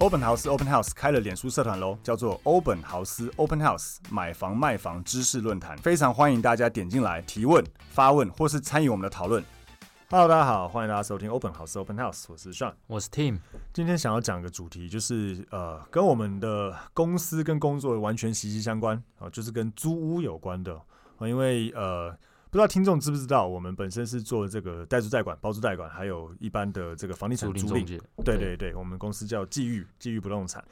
欧本豪斯 Open House 开了脸书社团喽，叫做欧本豪斯 Open House 买房卖房知识论坛，非常欢迎大家点进来提问、发问或是参与我们的讨论。 Hello，大家好，欢迎大家收听 Open House Open House，我是 Sean。我是 Tim，今天想要讲个主题，就是呃，跟我们的公司跟工作完全息息相关啊、就是跟租屋有关的。啊因为呃，不知道听众知不知道，我们本身是做这个代租代管、包租代管，还有一般的这个房地产租赁租中赁。介，对对对，我们公司叫际遇，际遇不动产。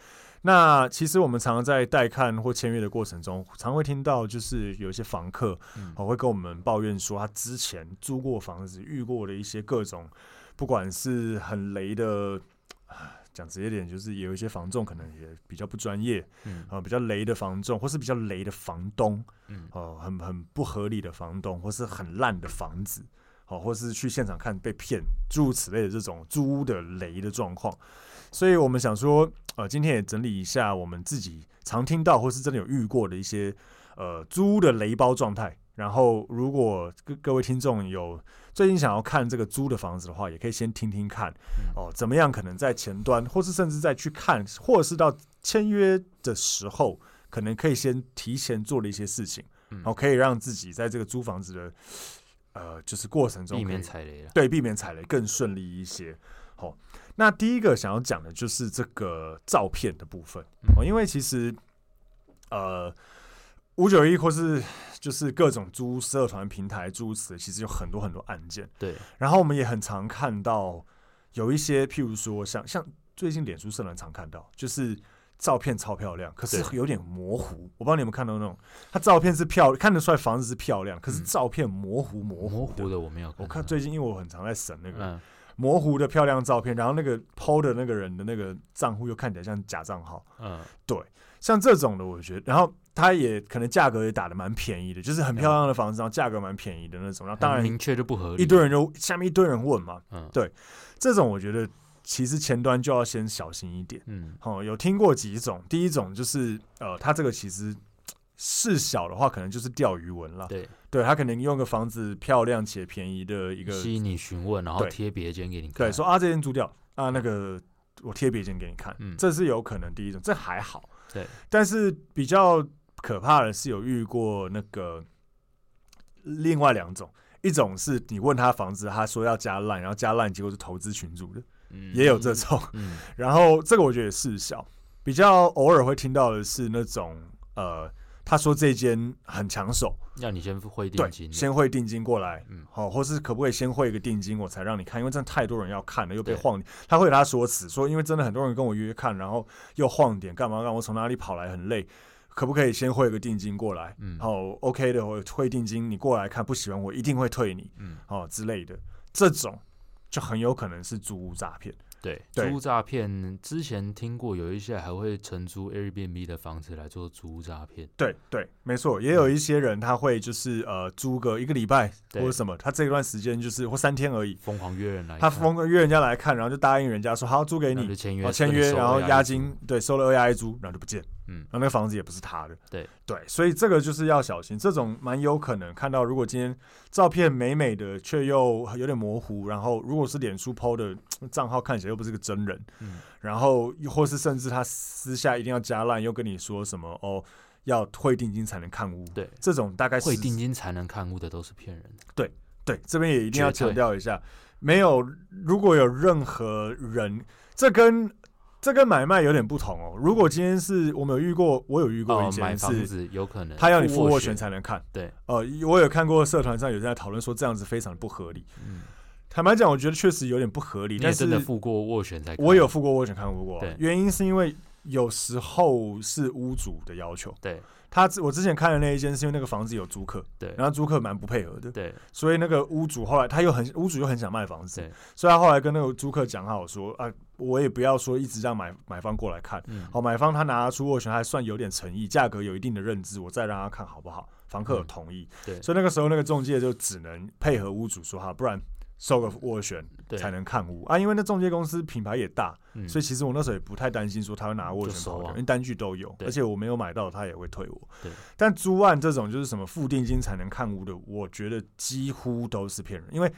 那其实我们常常在带看或签约的过程中，常会听到就是有一些房客、嗯哦会跟我们抱怨说，他之前租过房子，遇过的一些各种，不管是很雷的，啊讲直接点，就是有一些房仲可能也比较不专业，嗯啊、比较雷的房仲，或是比较雷的房东，嗯哦、很很不合理的房东，或是很烂的房子，哦、或是去现场看被骗，诸如此类的这种租屋的雷的状况。所以我们想说，呃，今天也整理一下我们自己常听到或是真的有遇过的一些呃租屋的雷包状态。然后，如果各各位听众有最近想要看这个租的房子的话，也可以先听听看嗯哦，怎么样可能在前端，或是甚至在去看，或者是到签约的时候，可能可以先提前做了一些事情，嗯然后可以让自己在这个租房子的呃，就是过程中避免可以踩雷了。对，避免踩雷更顺利一些。好、那第一个想要讲的就是这个照片的部分嗯哦，因为其实呃，五九一或是就是各种租社团平台诸如此类，其实有很多很多案件。对，然后我们也很常看到有一些，譬如说像像最近脸书社团常看到，就是照片超漂亮，可是对有点模糊。我不知道你有没有看到那种，它照片是漂看得出来房子是漂亮，可是嗯照片模糊模模糊糊的我没有到，我看最近，因为我很常在审那个嗯模糊的漂亮照片，然后那个 PO 的那个人的那个账户又看起来像假账号，嗯像这种的，我觉得，然后它也可能价格也打的蛮便宜的，就是很漂亮的房子，然后价格蛮便宜的那种，然后当很然明确就不合理，一堆人就下面一堆人问嘛，嗯这种我觉得其实前端就要先小心一点。嗯哦，有听过几种，第一种就是呃，它这个其实事小的话，可能就是钓鱼文啦，对，对，它可能用个房子漂亮且便宜的一个吸引你询问，然后对贴别间给你看，对，说啊这件租掉啊那个我贴别件给你看，嗯这是有可能第一种，这还好。对，但是比较可怕的是有遇过那个另外两种。一种是你问他房子，他说要加烂，然后加烂，结果是投资群主的，嗯也有这种。嗯然后这个我觉得也事小，比较偶尔会听到的是那种呃，他说这间很抢手，要你先汇定对，金的，先汇定金过来，嗯好、或是可不可以先汇一个定金我才让你看，因为真的太多人要看了，又被对晃。他会有他说辞，说因为真的很多人跟我约看，然后又晃点干嘛让我从哪里跑来很累，可不可以先汇个定金过来？嗯好、o k 的，我汇定金，你过来看，不喜欢我一定会退你，嗯哦之类的，这种就很有可能是租屋诈骗。对，对租屋诈骗之前听过有一些还会承租 Airbnb 的房子来做租屋诈骗，对对，没错，也有一些人他会就是呃租个一个礼拜或对者什么，他这段时间就是或三天而已。疯狂约人来他看，疯约人家来看，然后就答应人家说好租给那你就，签哦，约签跟你约，收然后押押金金，对，收了二押一租，然后就不见，嗯然后那个房子也不是他的，对对，所以这个就是要小心，这种蛮有可能看到，如果今天照片美美的，却又有点模糊，然后如果是脸书 PO 的嘖账号看起来又不是个真人，嗯然后又或是甚至他私下一定要加烂，又跟你说什么哦，要退定金才能看屋，对这种大概是汇定金才能看屋的都是骗人的，对，这边也一定要绝对强调一下，没有如果有任何人，这跟这跟买卖有点不同哦。如果今天是我们有遇过，我有遇过哦一，买件房是，子有可能他要你付付斡斡旋，才能看。对，呃，我有看过社团上有人在讨论说这样子非常不合理。嗯坦白讲，我觉得确实有点不合理，你也但真的是付过斡旋才看，我有付过斡旋看过过对原因是因为有时候是屋主的要求。对他之我之前看的那一间是因为那个房子有租客，对然后租客蛮不配合的，对所以那个屋主后来他又很屋主又很想卖房子对，，所以他后来跟那个租客讲好说啊，我也不要说一直让买买方过来看，嗯，好，买方他拿出斡旋还算有点诚意，价格有一定的认知，我再让他看好不好？房客有嗯同意，对所以那个时候那个中介就只能配合屋主说哈，不然收个斡旋对，才能看屋啊。因为那中介公司品牌也大，嗯所以其实我那时候也不太担心说他会拿斡就旋收跑掉，啊因为单据都有，对而且我没有买到他也会退我对。但租案这种就是什么付定金才能看屋的，我觉得几乎都是骗人，因为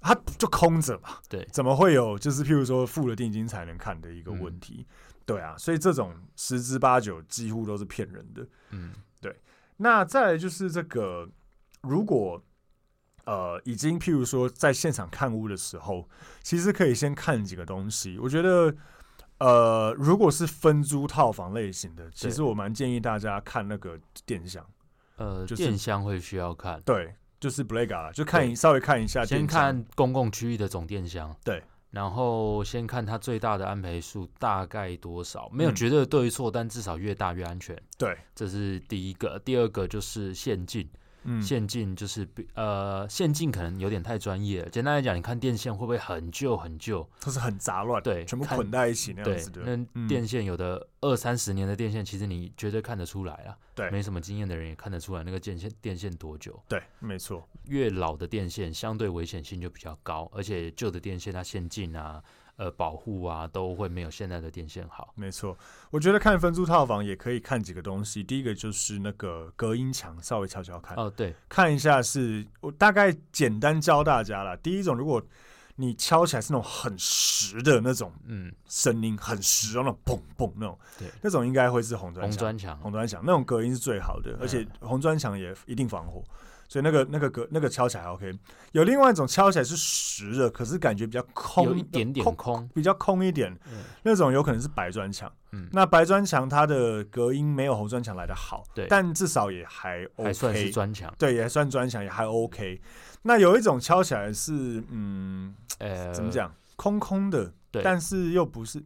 他就空着嘛，对怎么会有就是譬如说付了定金才能看的一个嗯问题？对啊，所以这种十之八九几乎都是骗人的。嗯那再来就是这个，如果呃已经譬如说在现场看屋的时候，其实可以先看几个东西。我觉得呃，如果是分租套房类型的，其实我蛮建议大家看那个电箱，呃，就是电箱会需要看，对，就是 Blaga，就看一对稍微看一下电先箱，看公共区域的总电箱，对，然后先看它最大的安培数大概多少，没有嗯绝对的对与错，但至少越大越安全，对，这是第一个。第二个就是限进，嗯，限进就是比呃，限进可能有点太专业了。简单来讲，你看电线会不会很旧很旧？都是很杂乱，对全部看捆在一起那样对子，的，嗯那电线有的二三十年的电线，其实你绝对看得出来啊。对没什么经验的人也看得出来那个电线电线多久。对，没错，越老的电线相对危险性就比较高，而且旧的电线它线进啊、呃保护啊都会没有现在的电线好。没错，我觉得看分租套房也可以看几个东西。第一个就是那个隔音墙，稍微瞧瞧看，哦，对，看一下是我大概简单教大家啦。第一种，如果你敲起来是那种很实的那种嗯，声音，很实哦，那种砰砰那种，对，那种应该会是红砖红墙。砖墙，红砖墙那种隔音是最好的，而且红砖墙也一定防火，所以那个那个隔那个敲起来还 OK。有另外一种敲起来是实的，可是感觉比较空，有一点点空，比较空一点，嗯那种有可能是白砖墙。嗯那白砖墙它的隔音没有红砖墙来的好，对但至少也还 OK，还算是砖墙。对，也还算砖墙，也还 OK。那有一种敲起来是，嗯，呃，怎么？讲，空空的，对，但是又不是，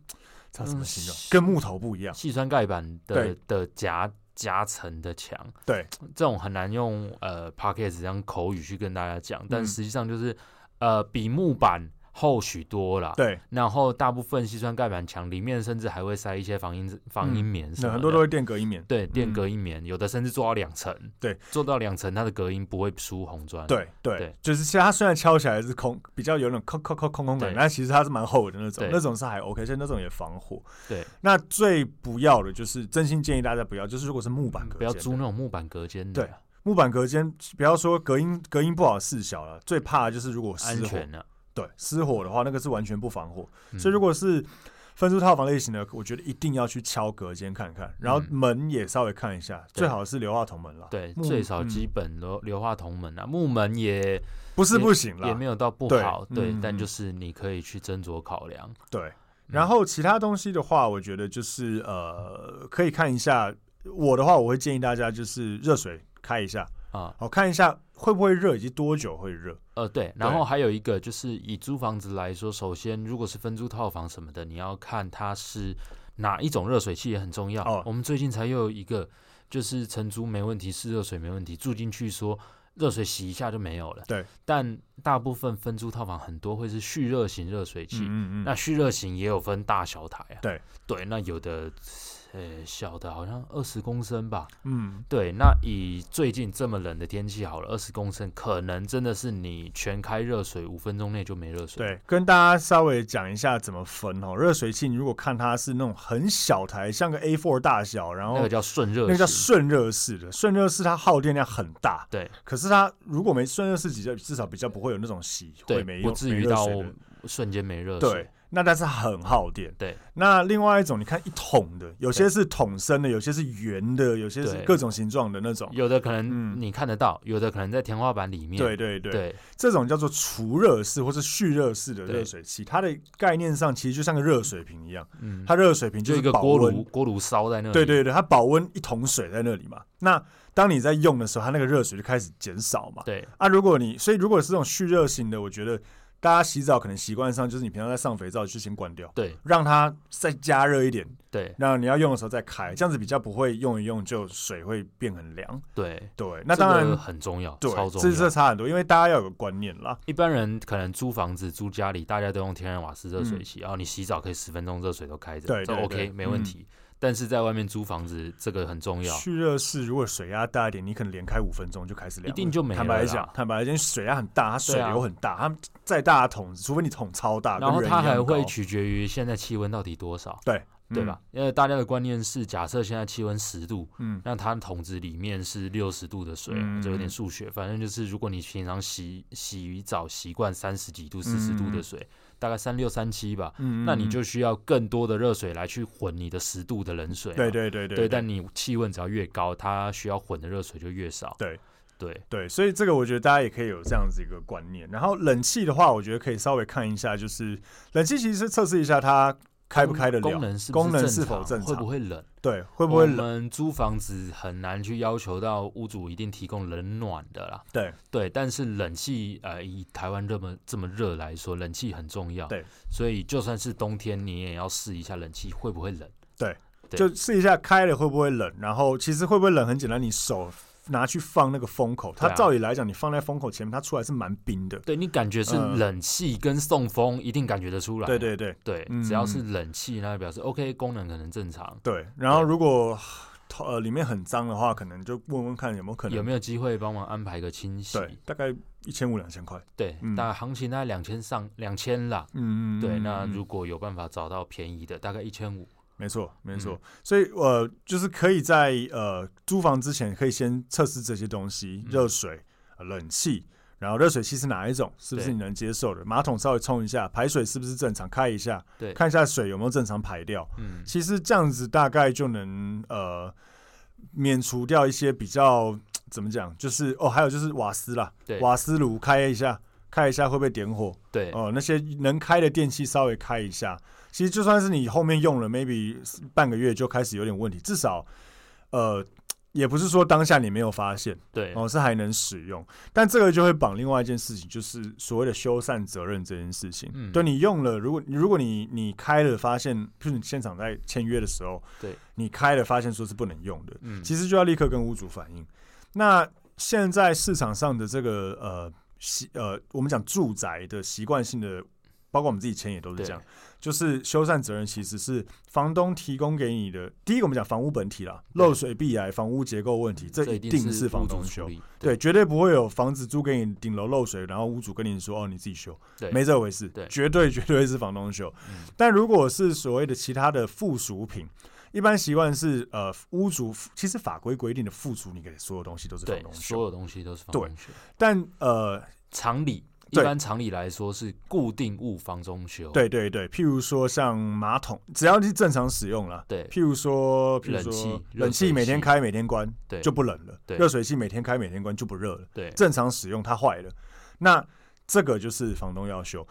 这要怎么嗯形容？是跟木头不一样，细砖盖板的对的夹夹层的墙，对，这种很难用呃 p o c k e t 这样口语去跟大家讲，但嗯实际上就是、呃比木板厚许多啦。对，然后大部分细砖盖板墙里面甚至还会塞一些防音防音棉什嗯那么的，很多都会垫隔音棉，对垫嗯隔音棉，有的甚至做到两层，对，做到两层它的隔音不会输红砖，对对对就是其实它虽然敲起来是空，比较有那种空空空空空感，对但其实它是蛮厚的那种对，那种是还 OK，所以那种也防火。对，那最不要的就是，真心建议大家不要，就是如果是木板隔间的，嗯不要租那种木板隔间的，对木板隔间，不要说隔音隔音不好事小了，最怕的就是如果失安火全，啊，对失火的话，那个是完全不防火。嗯所以如果是分租套房类型的，我觉得一定要去敲隔间看看，然后嗯门也稍微看一下，对最好是硫化铜门了。对木最少嗯基本硫硫化铜门啊，木门也不是不行也啦没，有到不对好，对，嗯嗯但就是你可以去斟酌考量。对。然后其他东西的话，我觉得就是呃，可以看一下。我的话，我会建议大家就是热水开一下，啊，好看一下会不会热，以及多久会热。呃，对，然后还有一个就是以租房子来说，首先如果是分租套房什么的，你要看它是哪一种热水器也很重要。哦我们最近才又有一个，就是承租没问题，试热水没问题，住进去说热水洗一下就没有了。对，但大部分分租套房很多会是蓄热型热水器，嗯那蓄热型也有分大小台啊。对对，那有的呃小的好像二十公升吧，嗯，对，那以最近这么冷的天气好了，二十公升可能真的是你全开热水，五分钟内就没热水。，对，跟大家稍微讲一下怎么分哦。热水器你如果看它是那种很小台，像个 A4 大小，然后那个叫顺那热型。个叫顺热式的，顺热式它耗电量很大，对可是它如果没顺热式，比较至少比较不会有那种洗会没对，不用，至没于热到水的瞬间没热水对。。那但是很耗电。对，那另外一种，你看一桶的，有些是桶身的，有些是圆的，有些是对各种形状的那种。有的可嗯能你看得到，有的可能在天花板里面。对对对，对这种叫做除热式或是蓄热式的对热水器，它的概念上其实就像个热水瓶一样，嗯，它热水瓶就是一个保锅温炉，嗯锅炉烧在那里。对对对，它保温一桶水在那里嘛。那当你在用的时候，它那个热水就开始减少嘛。对啊，如果你所以如果是这种蓄热型的，我觉得大家洗澡可能习惯上就是你平常在上肥皂就先关掉，对让它再加热一点，对那你要用的时候再开，这样子比较不会用一用就水会变很凉。对，对，那这当然、个很重要，对超，重这要。这差很多，因为大家要有个观念啦。一般人可能租房子、租家里，大家都用天然瓦斯热水器，然后你洗澡可以十分钟热水都开着，嗯对这对 OK 对没问嗯题。但是在外面租房子，这个很重要。蓄热室如果水压大一点，你可能连开五分钟就开始凉了，一定就没了坦白啦讲，坦白讲，水压很大，它水对啊流很大，它再大的桶子，除非你桶超大，然后跟人一它样还会高嗯取决于现在气温到底多少，对对？吧？因为大家的观念是，假设现在气温十度，嗯那它的桶子里面是六十度的水，嗯这有点数学。反正就是，如果你平常洗洗澡习惯三十几度、四十度的水，大概三六三七吧，嗯嗯，嗯那你嗯就需要更多的热水来去混你的十度的冷水嘛。嗯对啊对对对对但你气温只要越高，它需要混的热水就越少。对对对，所以这个我觉得大家也可以有这样子一个观念。然后冷气的话，我觉得可以稍微看一下，就是冷气其实是测试一下它开不开得了，功能是不功能是正否常正会常，不会冷？对，会不会我冷？们租房子很难去要求到屋主一定提供冷暖的啦。对对，但是冷气，呃，以台湾这么这么热来说，冷气很重要。对，所以就算是冬天，你也要试一下冷气会不会冷。对就试一下开了会不会冷，然后其实会不会冷很简单，你手拿去放那个风口，它对啊照理来讲，你放在风口前面，它出来是蛮冰的。对你感觉是嗯冷气跟送风，一定感觉得出来。对对对对，嗯只要是冷气，那就表示 OK，功能可能正常。对，然后如果呃里面很脏的话，可能就问问看有没有可能有没有机会帮忙安排个清洗？对，大概一千五两千块。对，嗯大概行情大概两千上两千啦。嗯嗯，对，嗯那嗯如果有办法找到便宜的，大概一千五。没错，没错。嗯所以呃，就是可以在呃租房之前，可以先测试这些东西：嗯热水、呃冷气，然后热水器是哪一种，是不是对你能接受的？马桶稍微冲一下，排水是不是正常？开一下，对，看一下水有没有正常排掉。嗯，其实这样子大概就能呃免除掉一些比较怎么讲，就是哦，还有就是瓦斯啦，对瓦斯炉开一下，开一下会不会点火？对，哦，那些能开的电器稍微开一下，其实就算是你后面用了，maybe 半个月就开始有点问题，至少呃，也不是说当下你没有发现，对，哦，是还能使用，但这个就会绑另外一件事情，就是所谓的修缮责任这件事情。嗯对你用了，如果如果你你开了发现，就是你现场在签约的时候，对，你开了发现说是不能用的，嗯，其实就要立刻跟屋主反映。那现在市场上的这个呃习呃，我们讲住宅的习惯性的，包括我们自己签也都是对这样，就是修缮责任其实是房东提供给你的。第一个我们讲房屋本体啦，对漏水、壁癌、房屋结构问题，这这一一定是是房屋主东处修。理，对，绝对不会有房子租给你顶楼漏水，然后屋主跟你说哦你自己修，对，没这回事，对绝对绝对是房东修。嗯但如果是所谓的其他的附属品，一般习惯是呃屋主，其实法规规定的附属，你给所有东西都是房对，东所修。有东西都是房对东修。但呃，常理，一对般常理来说是固定物房中修，对对对，譬如说像马桶，只要是正常使用啦，对譬如说譬如冷气说热冷气水每天器开每天关对就不冷了，对热水器每天开每天关就不热了。对正常使用它坏了，那这个就是房东要修。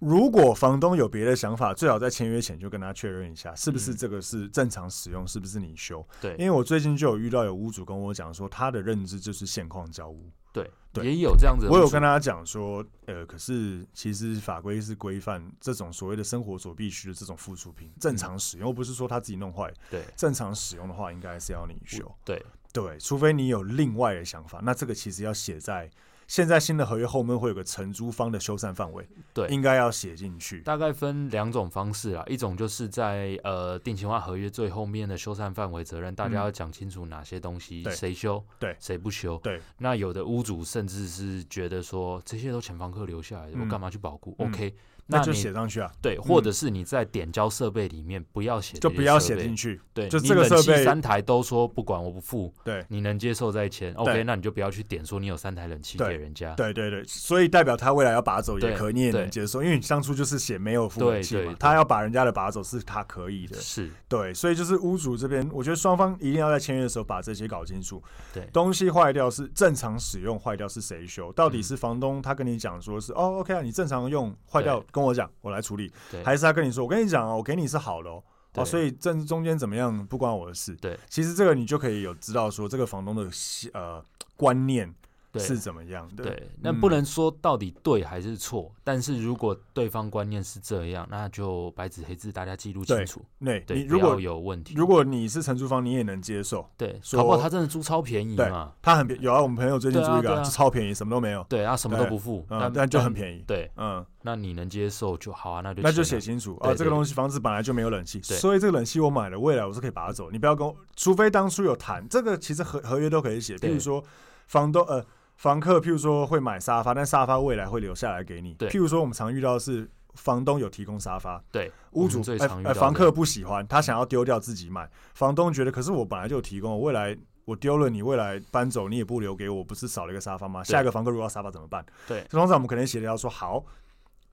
如果房东有别的想法，最好在签约前就跟他确认一下，是不是嗯这个是正常使用，是不是你修？因对为我最近就有遇到有屋主跟我讲说，他的认知就是现况交屋。对对也有这样子的屋主。我有跟他讲说，呃，可是其实法规是规范这种所谓的生活所必需的这种附属品正常使嗯用，又不是说他自己弄坏。对正常使用的话，应该是要你修。对对，除非你有另外的想法，那这个其实要写在现在新的合约后面会有个承租方的修缮范围，对，应该要写进去。大概分两种方式啦，一种就是在呃定型化合约最后面的修缮范围责任，大家嗯要讲清楚哪些东西对谁修，对谁不修。对，那有的屋主甚至是觉得说这些都前房客留下来的，嗯我干嘛去保固嗯？OK，那你就写上去啊，对，或者是你在点交设备里面不要写这就些不要设写备进去。对，就你这个冷设气备三台都说不管我不付，对你能接受再签对，OK，那你就不要去点说你有三台冷气对给人家，对对对，所以代表他未来要拔走也对可以，你也能对接受，因为你当初就是写没有付对冷气对嘛对，他要把人家的拔走是他可以的。是，对，所以就是屋主这边，我觉得双方一定要在签约的时候把这些搞清楚。对东西坏掉是正常使用，坏掉是谁修？到底嗯是房东他跟你讲说是、哦，OK 啊，你正常用坏掉跟我讲，我来处理，对，还是他跟你说我跟你讲哦，我给你是好的哦，哦，对所以正中间怎么样不关我的事。对，其实这个你就可以有知道说这个房东的习呃观念对是怎么样的。对，那嗯不能说到底对还是错，但是如果对方观念是这样，那就白纸黑字大家记录对清楚，对，对，你如不要果有问题，如果你是承租方，你也能接受。对，说搞不好他真的租超便宜对嘛，他很便有啊，我们朋友最近对租啊一个、对啊就超便宜，什么都没有，对，啊，什么都对不付，那嗯，但就很宜，便宜。对，嗯，那你能接受就好啊，那就那就签写啊清楚对啊，对这个对东西房子本来就没有冷气，对所以这个冷气我买了，未来我是可以把它走。你不要跟我，除非当初有谈，这个其实合合约都可以写，譬对如说房东呃房客，譬如说会买沙发，但沙发未来会留下来给你。对譬如说我们常遇到的是房东有提供沙发，对，屋我们主嗯最呃常遇呃到房的客不喜欢，他想要丢掉自己买，房东觉得可是我本来就有提供，我未来。我丢了你，未来搬走你也不留给我，不是少了一个沙发吗？对下一个房客如果要沙发怎么办？对通常我们可能协调说，好，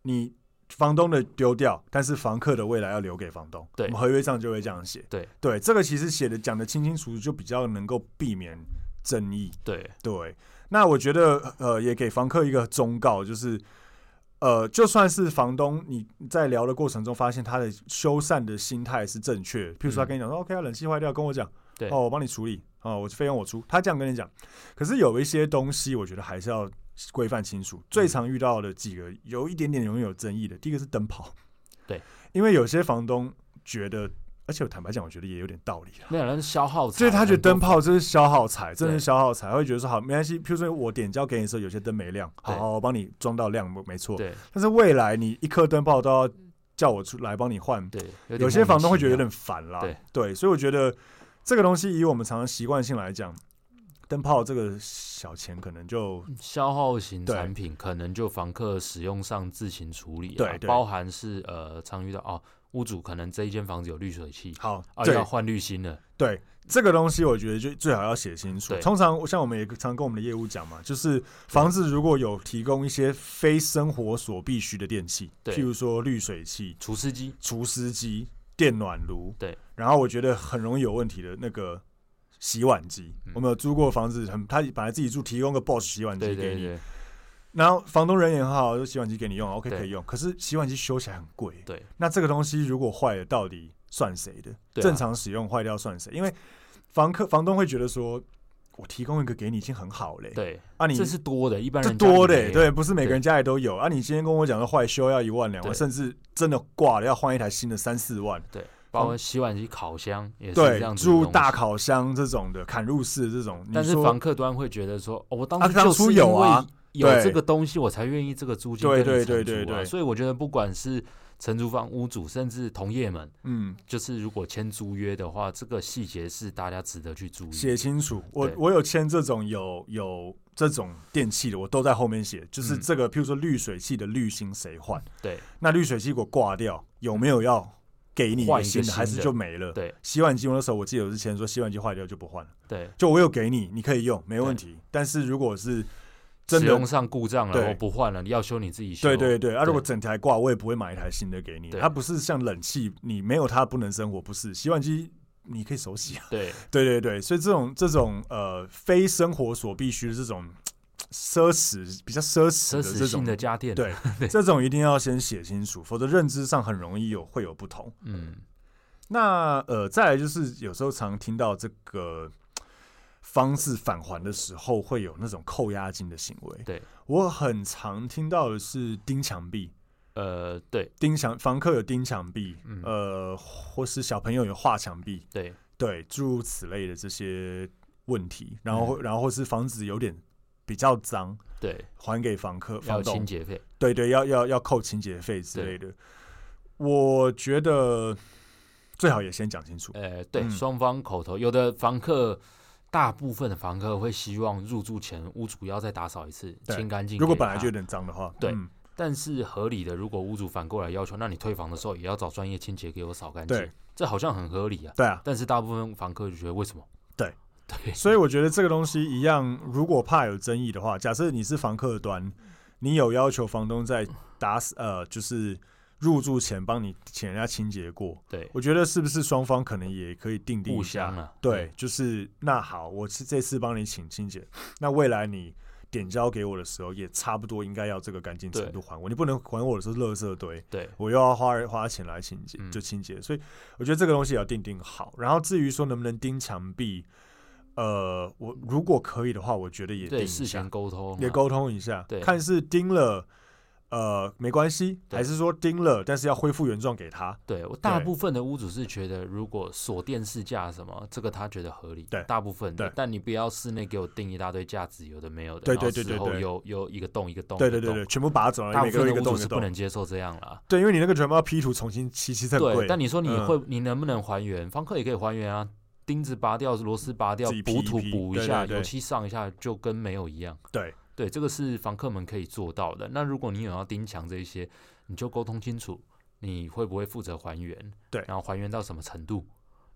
你房东的丢掉，但是房客的未来要留给房东。对我们合约上就会这样写。对对，这个其实写的讲的清清楚楚，就比较能够避免争议。对对，那我觉得呃，也给房客一个忠告，就是呃，就算是房东你在聊的过程中发现他的修缮的心态是正确，譬如说他嗯跟你讲说、OK 啊，冷气坏掉，跟我讲，对哦，我帮你处理，哦，我费用我出，他这样跟你讲。可是有一些东西，我觉得还是要规范清楚。嗯最常遇到的几个有一点点容易有争议的，第一个是灯泡，对，因为有些房东觉得，而且我坦白讲，我觉得也有点道理啊啦。没有人消耗财很多，所以他觉得灯泡就是消耗财，真的是对消耗财，会觉得说好没关系。譬如说我点交给你的时候，有些灯没亮，好对好我帮你装到亮，没错。对但是未来你一颗灯泡都要叫我出来帮你换，对，有有点些莫名房东会其觉得有妙点烦啦。对所以我觉得这个东西以我们常常习惯性来讲，灯泡这个小钱可能就消耗型对产品可能就房客使用上自行处理啊，对对包含是呃常遇到哦，屋主可能这一间房子有滤水器，好啊对要换滤芯了，对这个东西，我觉得就最好要写清楚。对通常像我们也常跟我们的业务讲嘛，就是房子如果有提供一些非生活所必需的电器，对譬如说滤水器、除湿机除湿机、电暖炉，对。然后我觉得很容易有问题的那个洗碗机，嗯我们有租过房子，很他本来自己住，提供个 BOSS 洗碗机对给对你，对然后房东人也很好，说洗碗机给你用，OK 对可以用。可是洗碗机修起来很贵，对那这个东西如果坏了，到底算谁的？对啊正常使用坏掉算谁？因为房客房东会觉得说，我提供一个给你已经很好嘞、对，啊你这是多的，一般这人家啊多里嘞、没有对，不是每个人家里都有啊。你今天跟我讲说坏修要一万两万，对甚至真的挂了要换一台新的三四万，对，包括洗碗机、烤箱也是这对样，子的住东大西。烤箱这种的，砍入式这种，但你是说房客端会觉得说，哦，我当啊初当就初是因有啊为有对这个东西，我才愿意这个租金对跟对你对承对租啊。对所以我觉得不管是承租方、屋主，甚至同业们，嗯，就是如果签租约的话，这个细节是大家值得去注意。写清楚。我对我有签这种有有这种电器的，我都在后面写，就是嗯这个，譬如说滤水器的滤芯谁换，对那滤水器给我挂掉，有没有要给你换一个新的，新的还是就没了？对洗碗机我那时候我记得我之前说洗碗机坏掉就不换了，对，就我有给你，你可以用，没问题。但是如果是真使的用，上故障对了，我不换了，要修你自己修。对对对，啊，对如果整台挂，我也不会买一台新的给你。对它不是像冷气，你没有它不能生活，不是洗碗机你 可以手洗啊。对对对对，所以这种这种呃非生活所必须的这种嘖奢侈比较奢侈奢的侈这性种的家电。 对，这种一定要先写清楚，否则认知上很容易有会有不同。嗯，那呃，再来就是有时候常听到这个嘖方式返还的时候，会有那种扣押金的行为。对我很常听到的是钉墙壁，呃，对钉墙房客有钉墙壁，嗯呃，或是小朋友有画墙壁，对对，诸如此类的这些问题，然嗯后、然后或是房子有点比较脏，对，还给房客要房清东，洁费。对对，要要要扣清洁费之类的。我觉得最好也先讲清楚，呃，对，嗯双方口头，有的房客，大部分的房客会希望入住前屋主要再打扫一次，对清干净给他。如果本来就有点脏的话，对嗯但是合理的，如果屋主反过来要求，那你退房的时候也要找专业清洁给我扫干对净，这好像很合理啊。对啊。但是大部分房客就觉得为什么？对 对所以我觉得这个东西一样，如果怕有争议的话，假设你是房客端，你有要求房东在打扫呃，就是入住前帮你请人家清洁过，对，我觉得是不是双方可能也可以定定互一下相啊，对，就是那好，我是这次帮你请清洁，那未来你点交给我的时候，也差不多应该要这个干净程度还我，你不能还我的是垃圾堆，对我又要花花钱来清洁，嗯就清洁，所以我觉得这个东西也要定定好。然后至于说能不能钉墙壁，呃，我如果可以的话，我觉得也定对，一事下先沟通嘛，啊也沟通一下，对看是盯了，呃，没关系，对还是说盯了，但是要恢复原状给他。对我大对部分的屋主是觉得，如果锁电视架什么，这个他觉得合理。对大部分的对但你不要室内给我定一大堆架子，有的没有的。对然后对对事后对对又又一个洞一个洞。对一个对对洞对，，全部拔走了，大部每个分都的一个屋洞主一个是不洞能。接受这样啦。对，因为你那个全部要 P 图重新漆，其实很贵对，。但你说你嗯会，你能不能还原？房客也可以还原啊，钉子拔掉，螺丝拔掉自己，补劈一土劈补对一下，对对油漆上一下，就跟没有一样。对对，这个是房客们可以做到的。那如果你有要钉墙这一些，你就沟通清楚，你会不会负责还原？对然后还原到什么程度，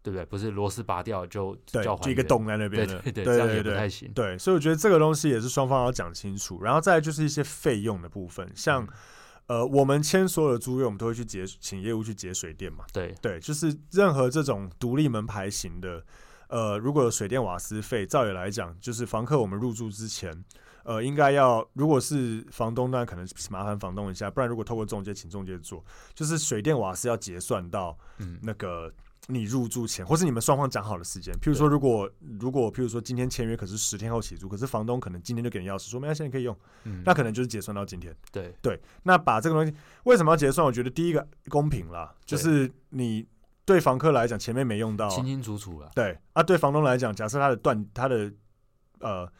对不对？不是螺丝拔掉就对，叫还就一个原，洞在那对边对了。对，对这样也对不太对。行。对，所以我觉得这个东西也是双方要讲清楚，然后再来就是一些费用的部分，像嗯呃，我们签所有的租约，我们都会去结请业务去结水电嘛，对对，就是任何这种独立门牌型的，呃，如果有水电瓦斯费，照理来讲，就是房客我们入住之前，呃，应该要如果是房东，那可能麻烦房东一下，不然如果透过中介，请中介做，就是水电瓦斯要结算到嗯，那个你入住前，或是你们双方讲好的时间。譬如说，如果如果譬如说今天签约，可是十天后起租，可是房东可能今天就给你钥匙，说没关系，你可以用，嗯那可能就是结算到今天。对对，那把这个东西为什么要结算？我觉得第一个公平啦，就对是你对房客来讲前面没用到啊、清清楚楚了。对啊，对房东来讲，假设他的断他的呃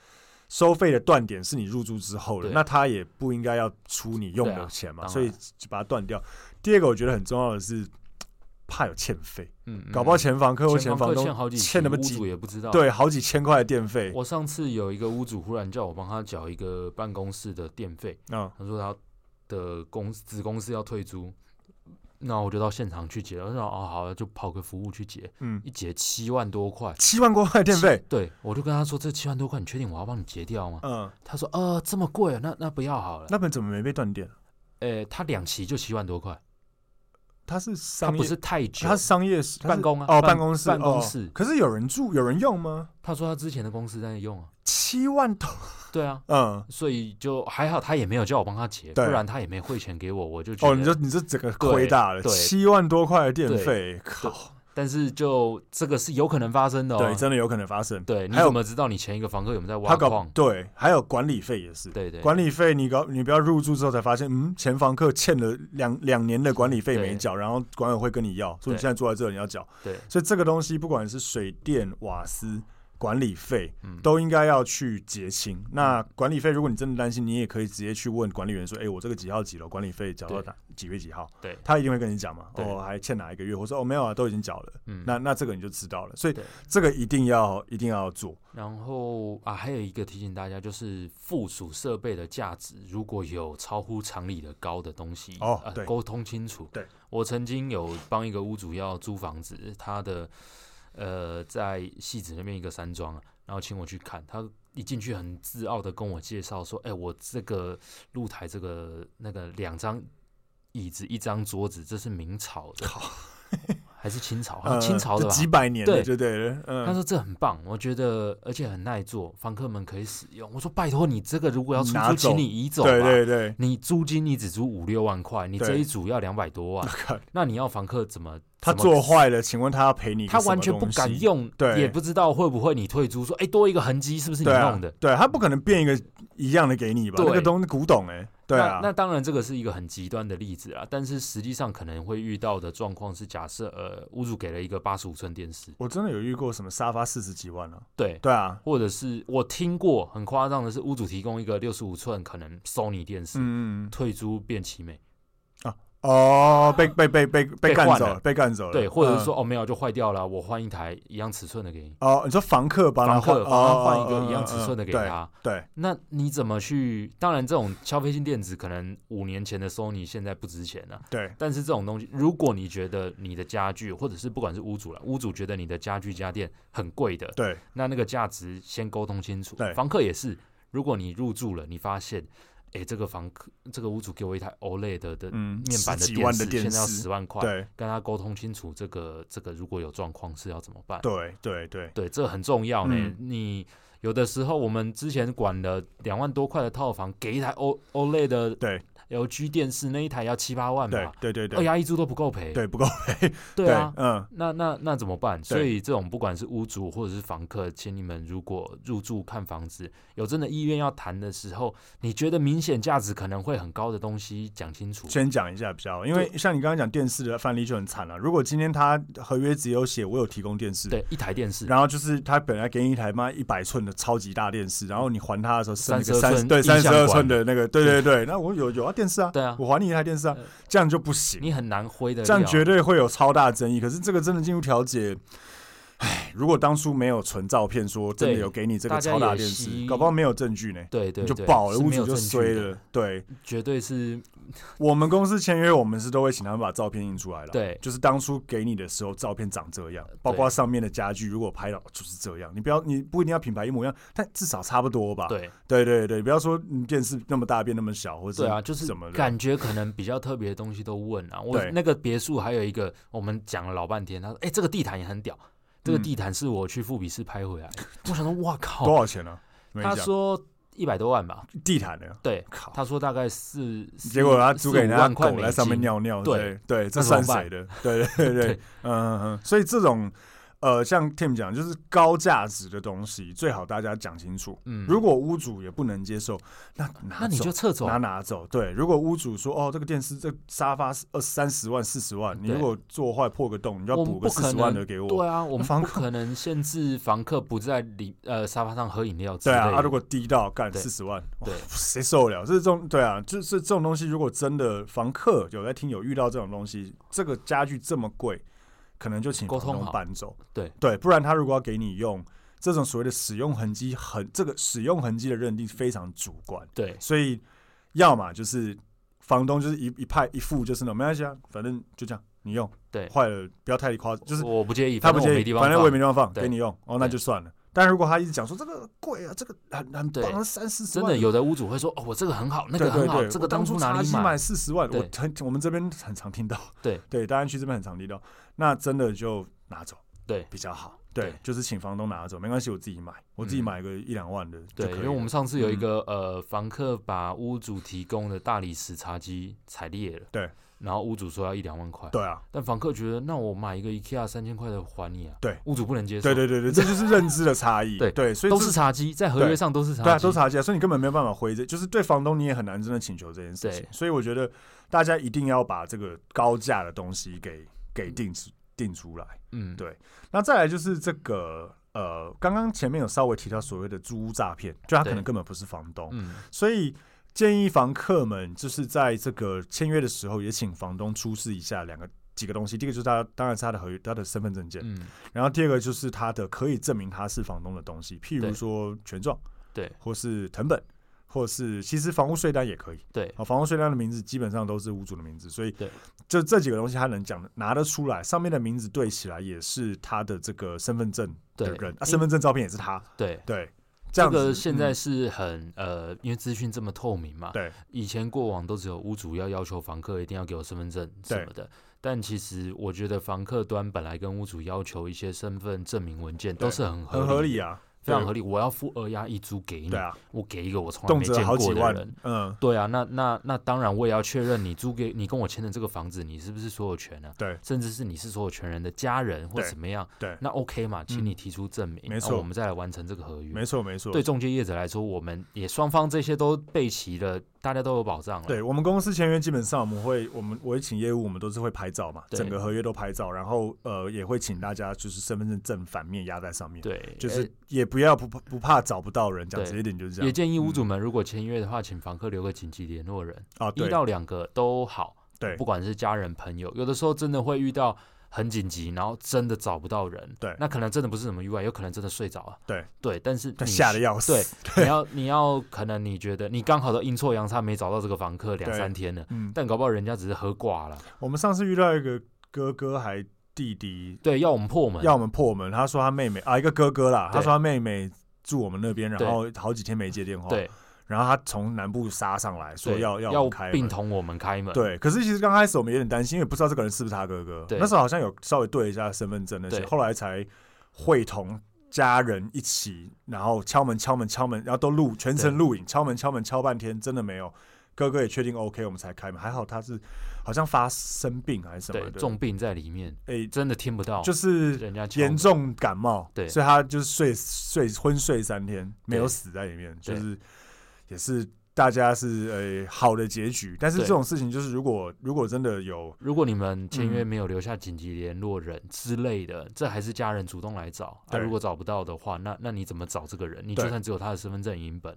收费的断点是你入住之后的，对那他也不应该要出你用的钱嘛，对啊所以当就把它断掉。第二个我觉得很重要的是，怕有欠费，嗯，嗯搞不好前房客或前房客东欠好几期，欠那么屋主几也不知道。对好几千块的电费，我上次有一个屋主忽然叫我帮他缴一个办公室的电费，嗯他说他的公司子公司要退租，那我就到现场去结，我说哦好，就跑个服务去结，嗯，一结七万多块七万多块电费七，对我就跟他说这七万多块，你确定我要帮你结掉吗？嗯，他说呃这么贵，那那不要好了。那本怎么没被断电？啊呃，他两期就七万多块，他是他商业不是太久他。是商业室办公啊哦，办办公室，办公哦室可是有人住，有人用吗？他说他之前的公司在用啊，七万多，对啊，嗯，所以就还好他也没有叫我帮他结，不对啊然他也没汇钱给我，我就觉得哦，你这你这整个亏对大了，对七万多块的电费，靠，但是就这个是有可能发生的哦，对，真的有可能发生。对，你还有怎么知道你前一个房客有没有在挖他搞矿？对，还有管理费也是，对对，管理费你搞你不要入住之后才发现，嗯，前房客欠了两两年的管理费没对缴，然后管委会跟你要，说你对现在住在这你要缴，对，所以这个东西不管是水电、瓦斯、管理费，嗯都应该要去结清。那管理费，如果你真的担心，你也可以直接去问管理员说：“哎、我这个几号几楼管理费缴到对哪几月几号？”对他一定会跟你讲嘛。对哦，还欠哪一个月？我说哦，没有啊，都已经缴了。嗯，那那这个你就知道了。所以对这个一定要一定要做。然后啊，还有一个提醒大家，就是附属设备的价值如果有超乎常理的高的东西，哦呃对沟通清楚。对，我曾经有帮一个屋主要租房子，他的呃在戏子那边一个山庄啊，然后请我去看，他一进去很自傲的跟我介绍说，哎，我这个露台这个那个两张椅子一张桌子，这是明朝的。还是清 朝，好像呃清朝的这吧？几百年的对就对了。嗯，他说这很棒，我觉得而且很耐做，房客们可以使用。我说拜托你这个如果要出拿租，走请你移走吧。对对对， 你租金你只租五六万块，你这对一组要两 百多万，那你要房客怎么？他怎么做，坏了，请问他要赔你？他完全不敢。用，对也不知道会不会你退租，说哎多一个痕迹是不是你对啊弄的？，对他不可能变一个一样的给你吧？对那个东西古董哎、对啊那，那当然，这个是一个很极端的例子啊，但是实际上可能会遇到的状况是，假设呃，屋主给了一个八十五寸电视，我真的有遇过什么沙发四十几万啊？对，对啊，或者是我听过很夸张的是，屋主提供一个六十五寸可能 Sony 电视，嗯，嗯退租变奇美，嗯哦，被被被被被被干换走了了，被干走了，对，或者嗯是说、哦没有就坏掉了，我换一台一样尺寸的给你，哦，你说房客帮他房换，客帮他换哦一个一样嗯尺寸的给嗯嗯他对对，那你怎么去？当然，这种消费性电子可能五年前的 Sony 现在不值钱了、对，但是这种东西，如果你觉得你的家具，或者是不管是屋主了，屋主觉得你的家具家电很贵的，对，那那个价值先沟通清楚对。房客也是，如果你入住了，你发现，哎、这个房客这个屋主给我一台 OLED 的的嗯，面板十的几万视，的电现在要视十，万块，对跟他沟通清楚，这个这个如果有状况是要怎么办？对对对，对，这很重要呢。嗯你有的时候我们之前管了两万多块的套房，给一台 O OLED 的对 LG 电视，那一台要七八万对吧，对对二对押一租都不够赔。对不够赔，哎对啊，嗯，那那那怎么办？所以这种不管是屋主或者是房客，请你们如果入住看房子，有真的意愿要谈的时候，你觉得明显价值可能会很高的东西，讲清楚。先讲一下比较好，因为像你刚刚讲电视的范例就很惨了。如果今天他合约只有写我有提供电视，对，一台电视，然后就是他本来给你一台妈一百寸的超级大电视，然后你还他的时候剩一个32三寸对音三响十二管寸的那个，对对对，那我有有啊电视啊，对啊我还你一台电视啊呃，这样就不行，你很难挥的。这样绝对会有超大争议。可是这个真的进入调解，唉，如果当初没有存照片说真的对有给你这个大家超大也电视习，搞不好没有证据呢。对对你就对爆了，是屋没主有就证据衰的了。对绝对是我们公司签约，我们是都会请他们把照片印出来了。对就是当初给你的时候，照片长这样，包括上面的家具，如果拍到就是这样。你不要，你不一定要品牌一模一样，但至少差不多吧。对对对对，不要说你电视那么大变那么小，或者对啊，就是怎么的感觉可能比较特别的东西都问啊。我对那个别墅还有一个，我们讲了老半天，他说：“哎、这个地毯也很屌，这个嗯地毯是我去富比士拍回来。 我想说：“哇多靠少钱呢、啊？没哦他讲说一百多万吧？地毯呢？对，靠！他说大概四，结果他租给人人家万狗块美在上面金，尿尿，对对，这那怎算么谁办的？对对对对 对，嗯嗯嗯。所以这种呃，像 Tim 讲，就是高价值的东西，最好大家讲清楚。嗯，如果屋主也不能接受，那拿那你走就撤走拿，拿走。对，如果屋主说哦，这个电视这沙发是二三十万、四十万，你对如果做坏破个洞，你就要我补们个不四可十万能的给我。对 啊，我们房不客可能限制房客不在里呃沙发上喝饮料之对类啊，的。啊，如果低到干对四十万，哇对谁受得了？这种对啊，就是这种东西，如果真的房客有在听，有遇到这种东西，这个家具这么贵，可能就请沟房通东好搬走。对对，不然他如果要给你用这种所谓的使用痕迹很，这个使用痕迹的认定非常主观。对所以要么就是房东就是一一派一副就是那种没关系啊，反正就这样，你用对，坏了不要太夸，就是我不介意，他反不正我介没意，地方反正我也没放地方放，对给你用哦，那就算了。但如果他一直讲说这个贵啊，这个很很对棒，三四十真万的。有的屋主会说哦，我这个很好，那对个对很好，对，这我个当初哪茶里几买？四十万，我对很我们这边很常听到，对对，大安区这边很常听到，那真的就拿走，对比较好，对对，就是请房东拿走，没关系，我自己买，我自己嗯买个一两万的就对，可以因为我了们上次有一嗯个、呃房客把屋主提供的大理石茶几踩裂了，对，然后屋主说要一两万块，对啊，但房客觉得那我买一个 IKEA 三千块的还你啊，对，屋主不能接受，对对对对，这就是认知的差异，对对，所以都这是茶几，在合对约上都是茶几，对啊，都是查价，所以你根本没有办法回这，就是对房东你也很难真的请求这件事情对。所以我觉得大家一定要把这个高价的东西给给定出定出来。嗯，对那再来就是这个呃，刚刚前面有稍微提到所谓的租屋诈骗，就他可能对根本不是房东，嗯，所以建议房客们就是在这个签约的时候，也请房东出示一下两个。几个东西，第一个就是他，当然是他的合约，他的身份证件，嗯，然后第二个就是他的可以证明他是房东的东西，譬如对说权状，对或是藤本，或是其实房屋税单也可以。对好，房屋税单的名字基本上都是屋主的名字，所以对就这几个东西他能讲的拿得出来，上面的名字对起来也是他的这个身份证的对人，啊、因身份证照片也是他，对。对，这这样子。个现在嗯是很、呃，因为资讯这么透明嘛，对以前过往都只有屋主要要求房客一定要给我身份证对什么的，但其实我觉得房客端本来跟屋主要求一些身份证明文件都是很合很合理啊，啊，非常合理。理。我要付二押一租给你对，啊，我给一个我从来动没辄见好过几的万人。，嗯，对啊，那那那当然，我也要确认你租给你跟我签的这个房子，你是不是所有权啊？对甚至是你是所有权人的家人或对怎么样？对那 OK 嘛，请你嗯提出证明，没那错我们再来完成这个合约。没错没错。对中介业者来说，我们也双方这些都备齐了，大家都有保障了。对我们公司签约，基本上我们会，我们我会请业务，我们都是会拍照嘛，对整个合约都拍照，然后呃也会请大家就是身份证正反面压在上面，对，就是也不要不怕不怕找不到人，讲呃对直接点就是这呃也样建议屋主们如果签约的话，请房客留个紧急联络人，啊，一对到两个都好，对不管是家人朋友，有的时候真的会遇到。很紧急，然后真的找不到人，对那可能真的不是什么意外，有可能真的睡着了，对对，但是他你吓得要死，对，你要你要可能你觉得你刚好都阴错阳差没找到这个房客两对三天了，嗯，但搞不好人家只是喝挂了，我们上次遇到一个哥哥还弟弟对，要我们破门，要我们破门，他说他妹妹啊一个哥哥啦，对他说他妹妹住我们那边，然对后好几天没接电话，对，然后他从南部杀上来说对哦要我要们开并门。同我们开门，对，可是其实刚开始我们有点担心，因为不知道这个人是不是他哥哥。对那时候好像有稍微对一下身份证那些，对后来才会同家人一起，然后敲门敲门敲门，然后都录全程录影，敲门敲门敲半天，真的没有。哥哥也确定 OK，我们才开门。还好他是好像发生病还是什么对，的，重病在里面，诶、真的听不到，就是哦人家敲门严重感冒，对所以他就是睡睡昏睡三天，没有对死在里面，就对是也是大家是呃好的结局。但是对哦这种事情就是如果如果真的有如果你们签约嗯没有留下紧急联络人之类的，这还是家人主动来找。啊，对如果找不到的话，那那你怎么找这个人？你就对算只有他的身份证影本，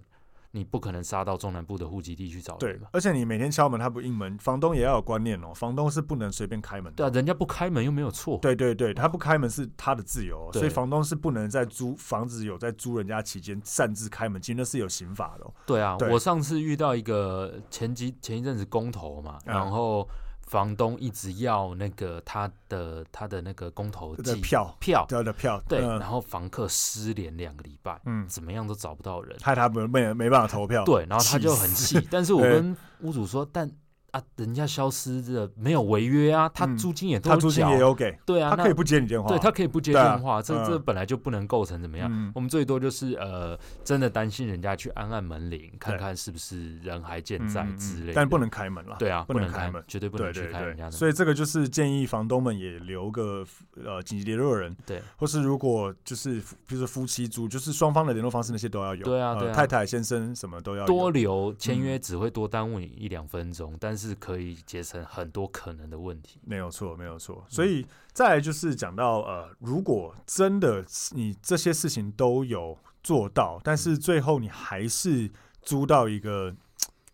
你不可能杀到中南部的户籍地去找对人吧，？而且你每天敲门他不应门，房东也要有观念哦，房东是不能随便开门的。对啊，人家不开门又没有错。对对对，他不开门是他的自由哦，对所以房东是不能在租房子有在租人家期间擅自开门进，那是有刑法的哦、对啊，对我上次遇到一个前几前一阵子公投嘛，嗯然后房东一直要那个他的他的那个公投的计票票，他的票，对，嗯然后房客失联两个礼拜，嗯，怎么样都找不到人。害他没没没办法投票，对，然后他就很气死气，但是我对跟屋主说，但啊，人家消失的没有违约啊，他嗯租金也都他租金缴也有给，对啊，他那可以不接你电话，对他可以不接对啊电话，这这嗯本来就不能构成怎么样。嗯我们最多就是呃，真的担心人家去按按门铃，看对看是不是人还健嗯在嗯嗯之类的，但不能开门了，对啊，不能开门门，，绝对不能对去对开人家对，的所以这个就是建议房东们也留个呃紧急联络人，对或是如果就是比如说夫妻租，就是双方的联络方式那些都要有，对啊呃对啊太太先生什么都要有多留签嗯约只会多耽误你一两分钟，但是可以节省很多可能的问题。没有错，没有嗯错。所以再来就是讲到呃，如果真的你这些事情都有做到，但嗯是最后你还是租到一个，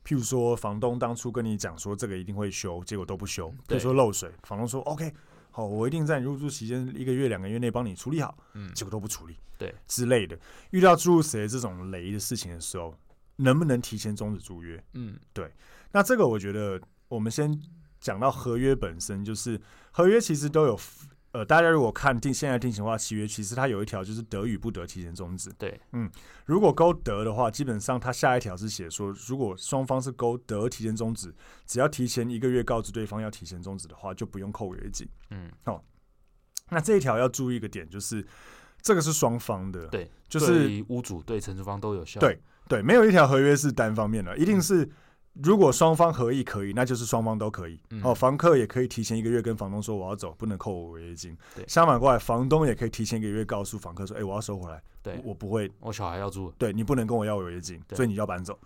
譬如说房东当初跟你讲说这个一定会修，结果都不修，比嗯对如说漏水，房东说 OK。好，我一定在你入住期间一个月、两个月内帮你处理好，嗯结果都不处理，对之类的。遇到诸如此类这种雷的事情的时候，能不能提前终止租约？嗯，那这个我觉得，我们先讲到合约本身，就是合约其实都有，呃，大家如果看定现在定型化契约，其实它有一条就是得与不得提前终止。对，如果勾得的话，基本上它下一条是写说，如果双方是勾得提前终止，只要提前一个月告知对方要提前终止的话，就不用扣违约金。嗯，那这一条要注意一个点，就是这个是双方的，对，就是对屋主对承租方都有效。对对，没有一条合约是单方面的，一嗯定是如果双方合意可以，那就是双方都可以。嗯哦，房客也可以提前一个月跟房东说我要走，不能扣我违约金。对相反过来，房东也可以提前一个月告诉房客说，哎、我要收回来，对，我不会，我小孩要住，对你不能跟我要违约金，对嗯所以你就要搬走。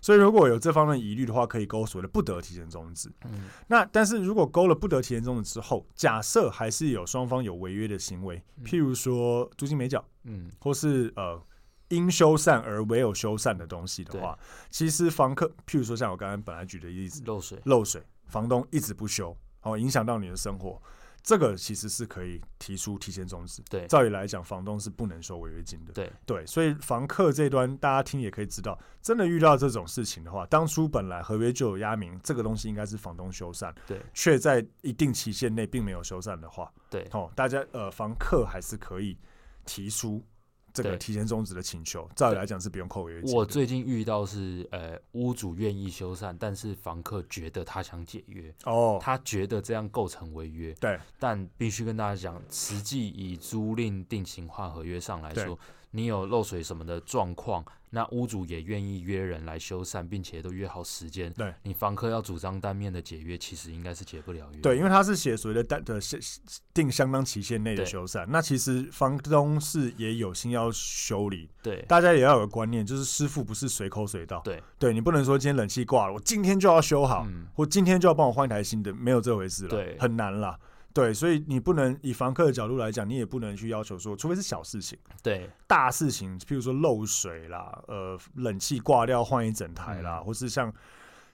所以如果有这方面疑虑的话，可以勾所谓的不得提前终止。嗯，那但是如果勾了不得提前终止之后，假设还是有双方有违约的行为，嗯譬如说租金没缴，嗯，或是呃因修缮而没有修缮的东西的话，其实房客，譬如说像我刚刚本来举的例子，漏水，漏水，房东一直不修，哦，影响到你的生活，这个其实是可以提出提前终止。对照理来讲，房东是不能收违约金的。对对，所以房客这一端大家听也可以知道，真的遇到这种事情的话，当初本来合约就有押明这个东西应该是房东修缮，对却在一定期限内并没有修缮的话，对，哦，大家呃，房客还是可以提出这个对提前终止的请求，照理来讲是不用扣违约金的。我最近遇到是，呃，屋主愿意修缮，但是房客觉得他想解约，哦，他觉得这样构成违约，对但必须跟大家讲，实际以租赁定型化合约上来对说，你有漏水什么的状况，那屋主也愿意约人来修缮，并且都约好时间，对你房客要主张单面的解约，其实应该是解不了约，对，因为他是写所谓的单的限定相当期限内的对修缮，那其实房东是也有心要修理，对大家也要有个观念，就是师傅不是随口随到，对对你不能说今天冷气挂了，我今天就要修好，嗯或今天就要帮我换一台新的，没有这回事了，对很难啦。对，所以你不能以房客的角度来讲，你也不能去要求说，除非是小事情。对大事情，譬如说漏水啦，呃，冷气挂掉换一整台啦，嗯或是像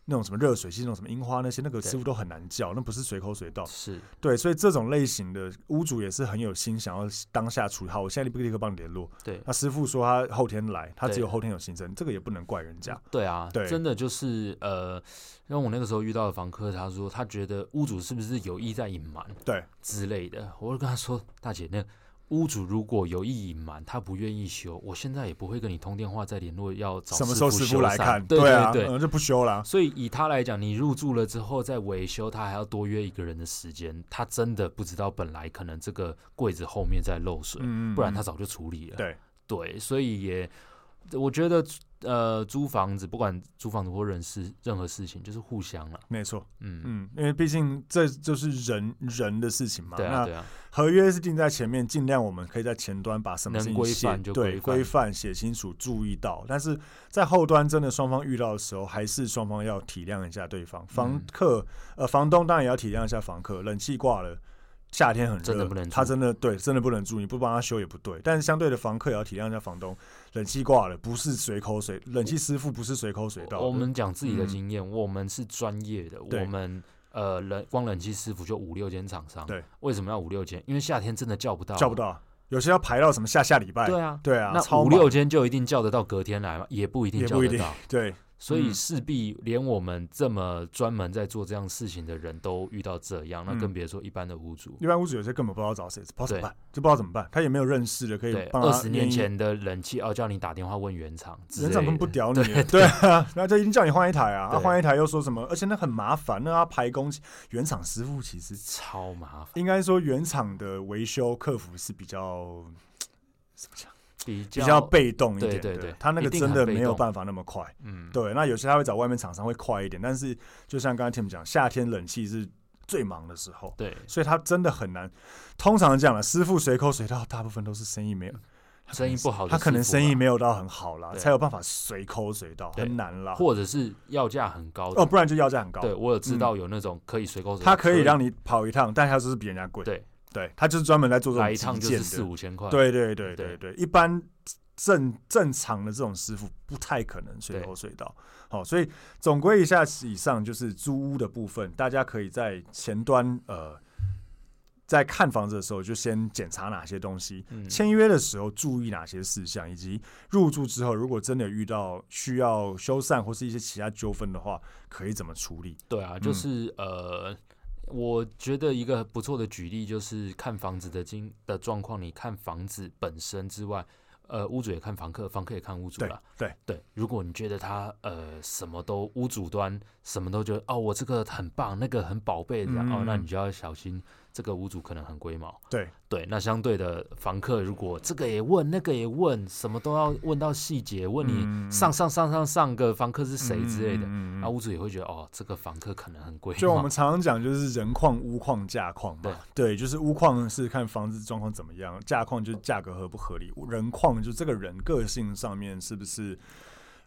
那种什么热水器、那种什么樱花那些，那个对师傅都很难叫，那不是随口随到。是，对，所以这种类型的屋主也是很有心，想要当下处理好。我现在立不立刻帮你联络？对那师傅说他后天来，他只有对后天有行程，这个也不能怪人家。对啊，对真的就是呃，因为我那个时候遇到的房客，他说他觉得屋主是不是有意在隐瞒对，之类的，我就跟他说，大姐，那屋主如果有意隐瞒，他不愿意修，我现在也不会跟你通电话再联络，要找什么时候师师修傅来缮看？对啊，对，嗯，就不修了。所以以他来讲，你入住了之后再维修，他还要多约一个人的时间，他真的不知道本来可能这个柜子后面在漏水，嗯不然他早就处理了。对对，所以也我觉得呃，租房子不管租房子或人事任何事情，就是互相了。没错，嗯，嗯，因为毕竟这就是人人的事情嘛。对啊，那对啊，合约是定在前面，尽量我们可以在前端把什么事能情规写范就对规范规范写清楚，注意到。但是在后端真的双方遇到的时候，还是双方要体谅一下对方。房客、嗯呃，房东当然也要体谅一下房客，冷气挂了。夏天很热，真的不能他住真的对，真的不能住，你不帮他修也不对。但是相对的，房客也要体谅一下房东，冷气挂了不是随口水，冷气师傅不是随口水到的。我们讲自己的嗯经验，我们是专业的，对我们。呃，冷光冷气师傅就五六间厂商，对，为什么要五六间？因为夏天真的叫不到啊，叫不到，有些要排到什么下下礼拜。对啊，对啊，那超五忙六间就一定叫得到隔天来吗？也不一定也叫不一得定 到，对，所以嗯势必连我们这么专门在做这样事情的人都遇到这样，那嗯更别说一般的屋主。一般屋主有些根本不知道找谁，不知道怎么对办，就不知道怎么办，他也没有认识的可以对，帮二他十愿年意。前的冷气哦，叫你打电话问原厂之类人的，长根本不屌你，对啊，然后就已经叫你换一台啊，啊对换一台又说什么，而且那很麻烦，那要排工，原厂师傅其实超麻烦，应该说原厂的维修客服是比较比比较较被动一点的，对对对他那个一定真的很被没有动办法那么快。嗯，对，那有些他会找外面厂商会快一点，但是就像刚才 Tim 讲，夏天冷气是最忙的时候，对，所以他真的很难。通常讲了，师傅随口随到，大部分都是生意没有，嗯生意不好的他可能师傅啊生意没有到很好啦，对才有办法随口随到，对很难啦。或者是要价很高的啊哦，不然就要价很高。对我有知道有那种可以随口，他可以让你跑一趟，但他就是比人家贵。对对，他就是专门来做这来种一趟极就限是四的。五千块，对对对对对对，一般正正常的这种师傅不太可能随口随到。好，所以总归一下以上就是租屋的部分，大家可以在前端呃。在看房子的时候，就先检查哪些东西，嗯，签约的时候注意哪些事项，以及入住之后，如果真的有遇到需要修缮或是一些其他纠纷的话，可以怎么处理？对啊，嗯就是、呃，我觉得一个不错的举例就是看房子的经的状况，你看房子本身之外，呃，屋主也看房客，房客也看屋主对啦。对，对，如果你觉得他呃什么都屋主端什么都觉得哦，我这个很棒，那个很宝贝的、嗯哦，那嗯你就要小心，这个屋主可能很龟毛。对对，那相对的房客如果这个也问，那个也问，什么都要问到细节，问嗯你上上上上上个房客是谁之类的，嗯嗯嗯嗯那屋主也会觉得哦，这个房客可能很贵嘛。就我们常常讲，就是人况、屋况、价况嘛。对，就是屋况是看房子状况怎么样，价况就是价格合不合理，人况就是这个人个性上面是不是。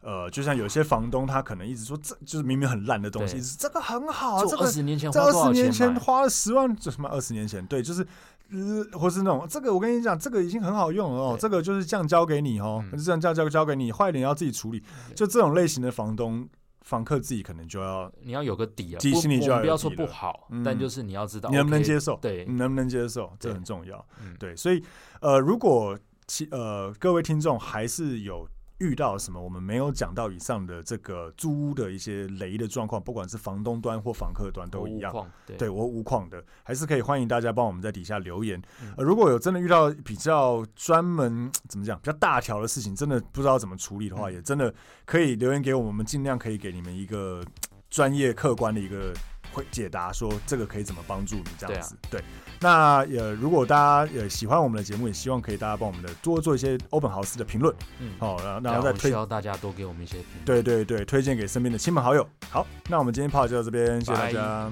呃，就像有些房东，他可能一直说这就是明明很烂的东西，对一直这个很好啊，做这二个十年前在花二多十少年前买？花了十万，这什么二十年前？对，就是，呃，或是那种这个，我跟你讲，这个已经很好用了哦，对这个就是这样交给你哦，嗯这样交交交给你，坏一点要自己处理。就这种类型的房东，房客自己可能就要，你要有个底啊，自己不心里就要有我们不要底说不了好嗯，但就是你要知道你能不能 OK，接受？嗯对你能不能接受？这对很重要。嗯对，所以呃，如果其呃各位听众还是有。遇到什么我们没有讲到以上的这个租屋的一些雷的状况，不管是房东端或房客端都一样无。况，对对我无况的，还是可以欢迎大家帮我们在底下留言。嗯呃，如果有真的遇到比较专门怎么讲比较大条的事情，真的不知道怎么处理的话，嗯也真的可以留言给我们，我们尽量可以给你们一个专业客观的一个。会解答说这个可以怎么帮助你这啊样子，对,、那呃，如果大家呃喜欢我们的节目，也希望可以大家帮我们的多做一些 Open House 的评论，嗯，好、然后对啊，然后再我们推需，要大家多给我们一些评论。对对对，推荐给身边的亲朋好友。好，那我们今天泡就到这边，谢谢大拜家。